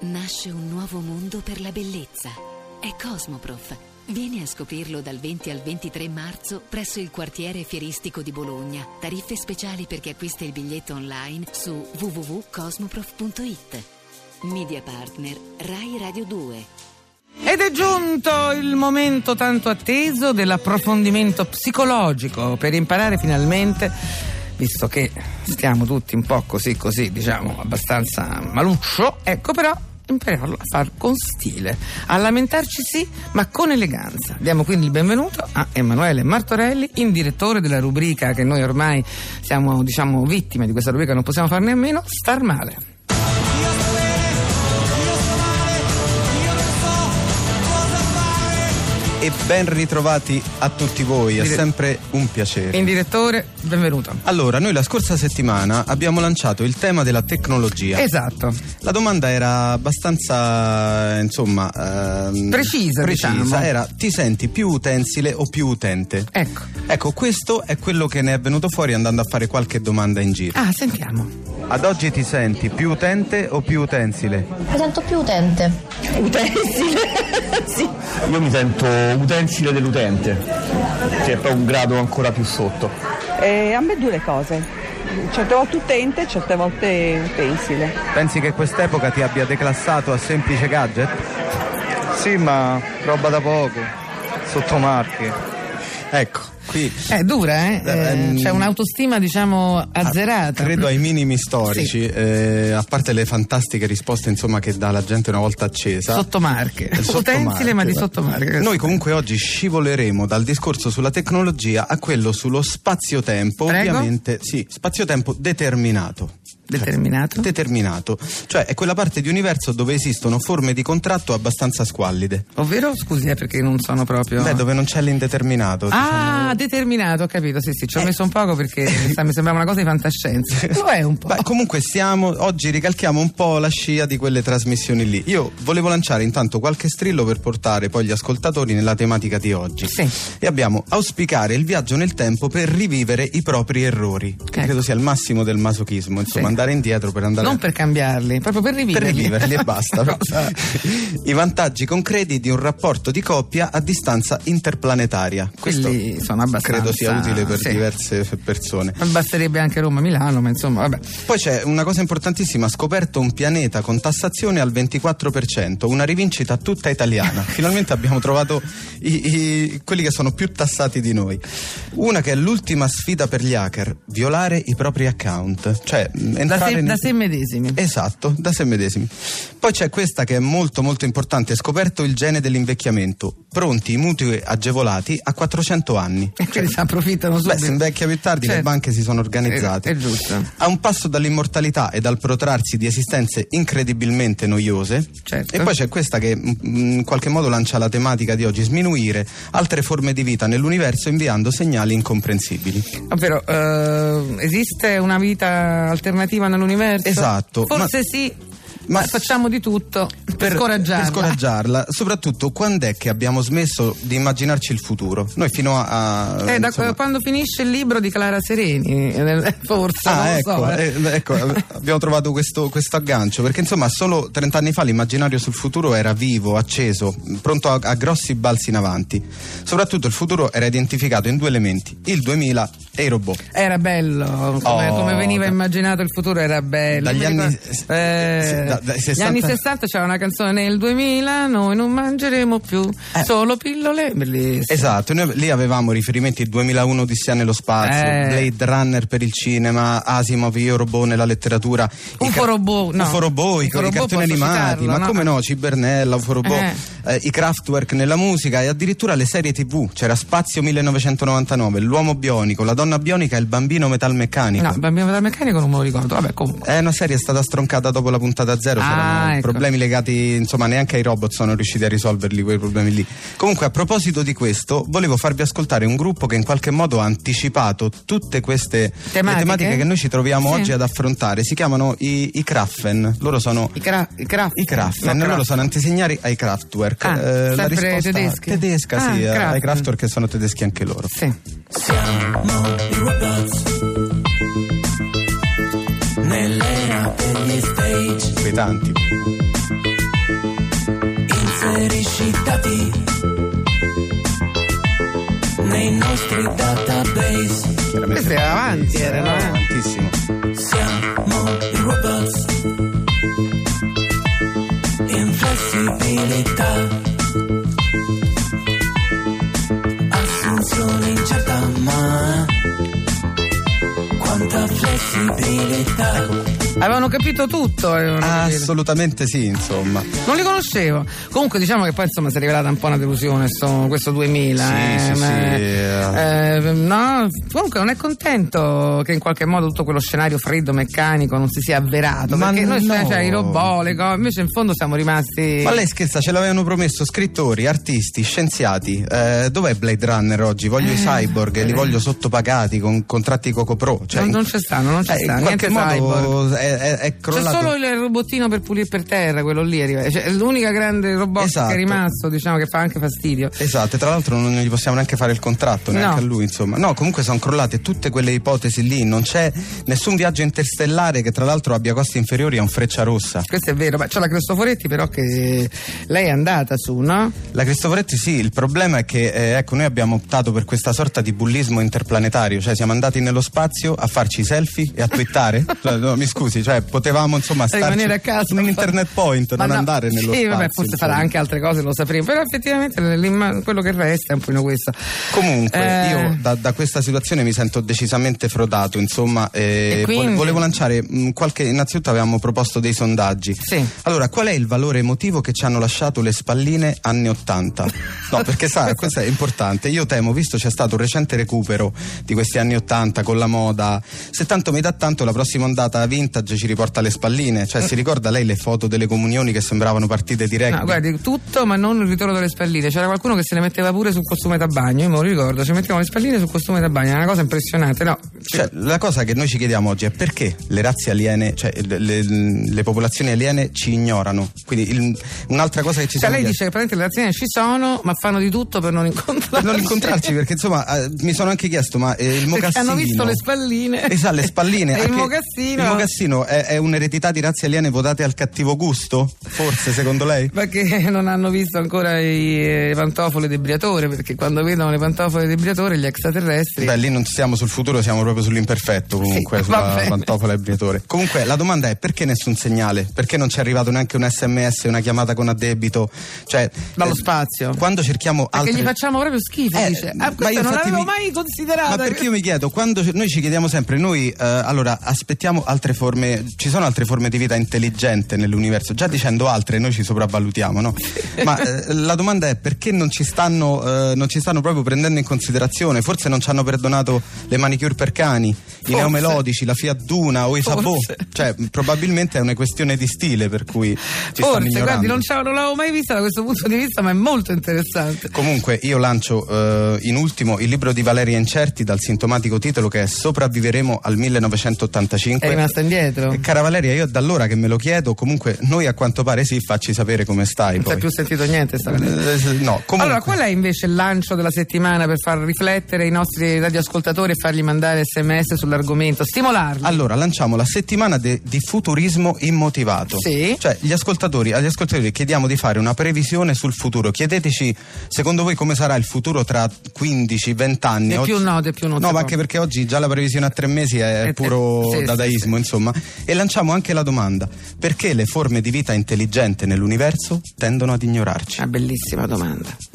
Nasce un nuovo mondo per la bellezza. È Cosmoprof. Vieni a scoprirlo dal 20 al 23 marzo presso il quartiere fieristico di Bologna. Tariffe speciali per chi acquista il biglietto online su www.cosmoprof.it. Media partner Rai Radio 2. Ed è giunto il momento tanto atteso dell'approfondimento psicologico per imparare finalmente, visto che stiamo tutti un po' così così, diciamo, abbastanza maluccio, ecco però impararlo a far con stile, a lamentarci sì, ma con eleganza. Diamo quindi il benvenuto a Emanuele Martorelli, in direttore della rubrica che noi ormai siamo, diciamo, vittime di questa rubrica, non possiamo farne a meno, Star Male. e ben ritrovati a tutti voi, è Dire- sempre un piacere. In direttore, benvenuto. Allora, noi la scorsa settimana abbiamo lanciato il tema della tecnologia. Esatto. La domanda era abbastanza, eh, insomma, ehm, Precisa, precisa. diciamo. Era ti senti più utensile o più utente? Ecco. Ecco, questo è quello che ne è venuto fuori andando a fare qualche domanda in giro. Ah, sentiamo. Ad oggi ti senti più utente o più utensile? Mi sento più utente. utensile. sì. Io mi sento utensile dell'utente, che è proprio un grado ancora più sotto. Eh, ambedue le cose. Certe volte utente, certe volte utensile. Pensi che quest'epoca ti abbia declassato a semplice gadget? Sì, ma roba da poco, sotto marche. Ecco, qui È dura, eh? Eh, Eh, ehm, ah, c'è un'autostima, diciamo, azzerata. Credo ai minimi storici, Sì. eh, a parte le fantastiche risposte insomma, che dà la gente una volta accesa. Sottomarche. Eh, sottomarche, Utensile, ma di guarda. sottomarche. Noi comunque oggi scivoleremo dal discorso sulla tecnologia a quello sullo spazio-tempo, Prego. ovviamente, sì, spazio-tempo determinato. Determinato. Determinato, cioè è quella parte di universo dove esistono forme di contratto abbastanza squallide, Ovvero, scusi, eh, perché non sono proprio. Beh, dove diciamo? non c'è l'indeterminato. Ah, determinato, ho capito, sì, sì, ci ho Eh. messo un poco perché sa, mi sembrava una cosa di fantascienza. Lo è un po'. Beh, comunque siamo, oggi ricalchiamo un po' la scia di quelle trasmissioni lì. Io volevo lanciare intanto qualche strillo per portare poi gli ascoltatori nella tematica di oggi. Sì. E abbiamo auspicare il viaggio nel tempo per rivivere i propri errori. Che Ecco. credo sia il massimo del masochismo, insomma, Sì. andare indietro per andare Non per cambiarli, proprio per per riviverli. riviverli e basta. No. I vantaggi concreti di un rapporto di coppia a distanza interplanetaria. Questo Quelli sono abbastanza- credo sia utile per sì. diverse persone. Basterebbe anche Roma-Milano, ma insomma, vabbè. Poi c'è una cosa importantissima, ha scoperto un pianeta con tassazione al 24%, una rivincita tutta italiana. Finalmente abbiamo trovato i- i- quelli che sono più tassati di noi. Una che è l'ultima sfida per gli hacker, violare i propri account, cioè mh, Da entrare se, nei- da se medesimi. Esatto, da se medesimi. Poi c'è questa che è molto molto importante, scoperto il gene dell'invecchiamento, pronti i mutui agevolati a 400 anni. E quindi si approfittano Eh, subito. Beh, se invecchia più tardi, le Certo. banche si sono organizzate. È, è giusto. A un passo dall'immortalità e dal protrarsi di esistenze incredibilmente noiose. Certo. E poi c'è questa che mh, in qualche modo lancia la tematica di oggi: sminuire altre forme di vita nell'universo inviando segnali incomprensibili. Ovvero, eh, esiste una vita alternativa nell'universo? Esatto, Forse ma- sì, ma- ma facciamo di tutto per, scoraggiarla. per scoraggiarla. soprattutto quando è che abbiamo smesso di immaginarci il futuro? Noi fino a. a- Eh, da insomma- quando finisce il libro di Clara Sereni, eh, nel- forse, non Ah, lo ecco, so. eh. eh, ecco, eh, abbiamo trovato questo, questo aggancio perché insomma solo 30 anni fa l'immaginario sul futuro era vivo, acceso, mh, pronto a, a grossi balzi in avanti. Soprattutto il futuro era identificato in due elementi, il 2000 e i robot. Era bello, come, Oh, come veniva da- immaginato il futuro era bello. Dagli Mi anni- ricordo- eh, sì, da- dai gli 60 anni 60 c'era una canzone nel 2000 noi non mangeremo più Eh. solo pillole, bellissimo. Esatto, noi lì avevamo riferimenti 2001 Odissea nello spazio, Eh. Blade Runner per il cinema, Asimov, Io Robot nella letteratura. i Ufo Robot, no. Ufo Robot, i, Ufo i Robot cartoni posso animati, citarlo, ma no? come no, Cibernella, Ufo Robot, Eh. eh, i Kraftwerk nella musica e addirittura le serie tv, c'era Spazio 1999, L'Uomo Bionico, La Donna Bionica e Il Bambino Metalmeccanico. No, il bambino dal meccanico non me lo ricordo, vabbè comunque. È una Eh, serie è stata stroncata dopo la puntata zero, Ah, c'erano ecco. problemi legati, insomma, neanche ai robot sono riusciti a risolverli quei problemi lì. Comunque, a proposito di questo, volevo farvi ascoltare un gruppo che in qualche modo ha anticipato tutte queste le Tematiche? tematiche che noi ci troviamo Sì. oggi ad affrontare. Si chiamano i, i Kraffen, loro sono I, cra- i craft. i Kraffen, No, loro craft. sono antesignari ai Kraftwerk. Eh, Ah, la sempre risposta tedeschi? tedesca, Ah, sì, eh, Kraftwerk. ai Kraftwerk che sono tedeschi anche loro. Sì. Ah. Inquietanti. rifiutati nei nostri database. Questo era avanti, era no? tantissimo. Siamo i robots. Inflessibilità. Assunzione incerta, ma quanta flessibilità. Avevano capito tutto. avevano capito. Assolutamente sì, insomma. Non li conoscevo. Comunque diciamo che poi insomma si è rivelata un po' una delusione sto- questo 2000. Sì, eh, sì, ma- sì, eh, no, comunque non è contento che in qualche modo tutto quello scenario freddo meccanico non si sia avverato. Ma perché noi no. cioè, i robot, le cose, invece in fondo siamo rimasti... Ma lei scherza, ce l'avevano promesso scrittori, artisti, scienziati. Eh, dov'è Blade Runner oggi? Voglio Eh, i cyborg, li voglio sottopagati con contratti Cocopro. Cioè, non, non ci stanno, non ci eh, stanno. in qualche Niente cyborg. modo è, è- è C'è crollato. solo il robottino per pulire per terra, quello lì arriva. Cioè, è l'unica grande robot Esatto. che è rimasto, diciamo, che fa anche fastidio. Esatto, e tra l'altro non gli possiamo neanche fare il contratto, No. neanche a lui, insomma. No, comunque sono crollate tutte quelle ipotesi lì, non c'è nessun viaggio interstellare che tra l'altro abbia costi inferiori a un freccia rossa. Questo è vero, ma c'è la Cristoforetti però che lei è andata su, no? La Cristoforetti sì, il problema è che eh, ecco, noi abbiamo optato per questa sorta di bullismo interplanetario, cioè siamo andati nello spazio a farci i selfie e a twittare. Cioè, no, mi scusi, cioè potevamo insomma starci rimanere a casa in un internet point, Ma no, non andare nello sì, spazio. cioè. vabbè, forse insomma. farà anche altre cose, lo sapremo, però effettivamente l'imma- quello che resta è un po' questo. Comunque, Eh, io da, da questa situazione mi sento decisamente frodato. Insomma, eh, E quindi? vole- volevo lanciare mh, qualche. Innanzitutto, avevamo proposto dei sondaggi. Sì. Allora, qual è il valore emotivo che ci hanno lasciato le spalline anni 80? No, perché sa, questo è importante. Io temo, visto c'è stato un recente recupero di questi anni 80 con la moda, se tanto mi dà tanto, la prossima ondata vintage ci riporta le spalline. Cioè, si ricorda lei le foto delle comunioni che sembravano partite di rugby? No, guardi, tutto ma non il ritorno delle spalline. C'era qualcuno che se le metteva pure sul costume da bagno, io me lo ricordo, ci mettevano le spalline sul costume da bagno, è una cosa impressionante, no? Cioè, la cosa che noi ci chiediamo oggi è perché le razze aliene, cioè le, le- le popolazioni aliene ci ignorano. Quindi il- un'altra cosa che ci Cioè, siamo lei chiesti- dice che praticamente le aziende ci sono, ma fanno di tutto per non incontrarci. per non incontrarci, perché insomma eh, mi sono anche chiesto, ma eh, il Perché mocassino hanno visto le spalline. Esatto, le spalline. E il anche- mocassino. il mocassino è, è un'eredità di razze aliene votate al cattivo gusto? Forse, secondo lei? Ma che non hanno visto ancora i eh, pantofole debriatore, perché quando vedono le pantofole debriatore gli extraterrestri. Beh, lì non siamo sul futuro, siamo proprio sull'imperfetto comunque, Sì, va sulla bene. pantofola e briatore. Comunque la domanda è perché nessun segnale? Perché non ci è arrivato neanche un sms, una chiamata con addebito? Cioè, Dallo spazio. Quando cerchiamo Perché altri... gli facciamo proprio schifo, Eh, dice. ma Ah, questa io non infatti l'avevo mi- mai Ma considerata. perché io mi chiedo, quando ce- noi ci chiediamo sempre, noi eh, allora aspettiamo altre forme, ci sono altre forme di vita intelligente nell'universo, già dicendo altre noi ci sopravvalutiamo, no? Ma eh, la domanda è perché non ci, stanno, eh, non ci stanno proprio prendendo in considerazione, forse non ci hanno perdonato le manicure per cani, i neomelodici, la Fiat Duna o i Forse. Sabò, cioè mh, probabilmente è una questione di stile per cui ci stanno Forse, ignorando. guardi, non, c'avevo- non l'avevo mai vista da questo punto di vista, ma è molto interessante. Comunque io lancio eh, in ultimo il libro di Valeria Incerti dal sintomatico titolo che è Sopravviveremo al 1985. È rimasta indietro. E Non cara Valeria, io da allora che me lo chiedo, comunque noi a quanto pare sì, facci sapere come stai si è poi. più sentito niente sta cosa. Eh, No, comunque Allora, qual è invece il lancio della settimana per far riflettere i nostri radioascoltatori e fargli mandare sms sull'argomento? Stimolarli. Allora, lanciamo la settimana de- di futurismo immotivato. Sì. Cioè, gli ascoltatori, agli ascoltatori chiediamo di fare una previsione sul futuro. Chiedeteci, secondo voi, come sarà il futuro tra 15-20 anni? Di più no, di più no, No, ma secondo. anche perché oggi già la previsione a tre mesi è Eh, puro eh, sì, dadaismo, insomma. E lanciamo anche la domanda: perché le forme di vita intelligente nell'universo tendono ad ignorarci? Una Ah, bellissima domanda.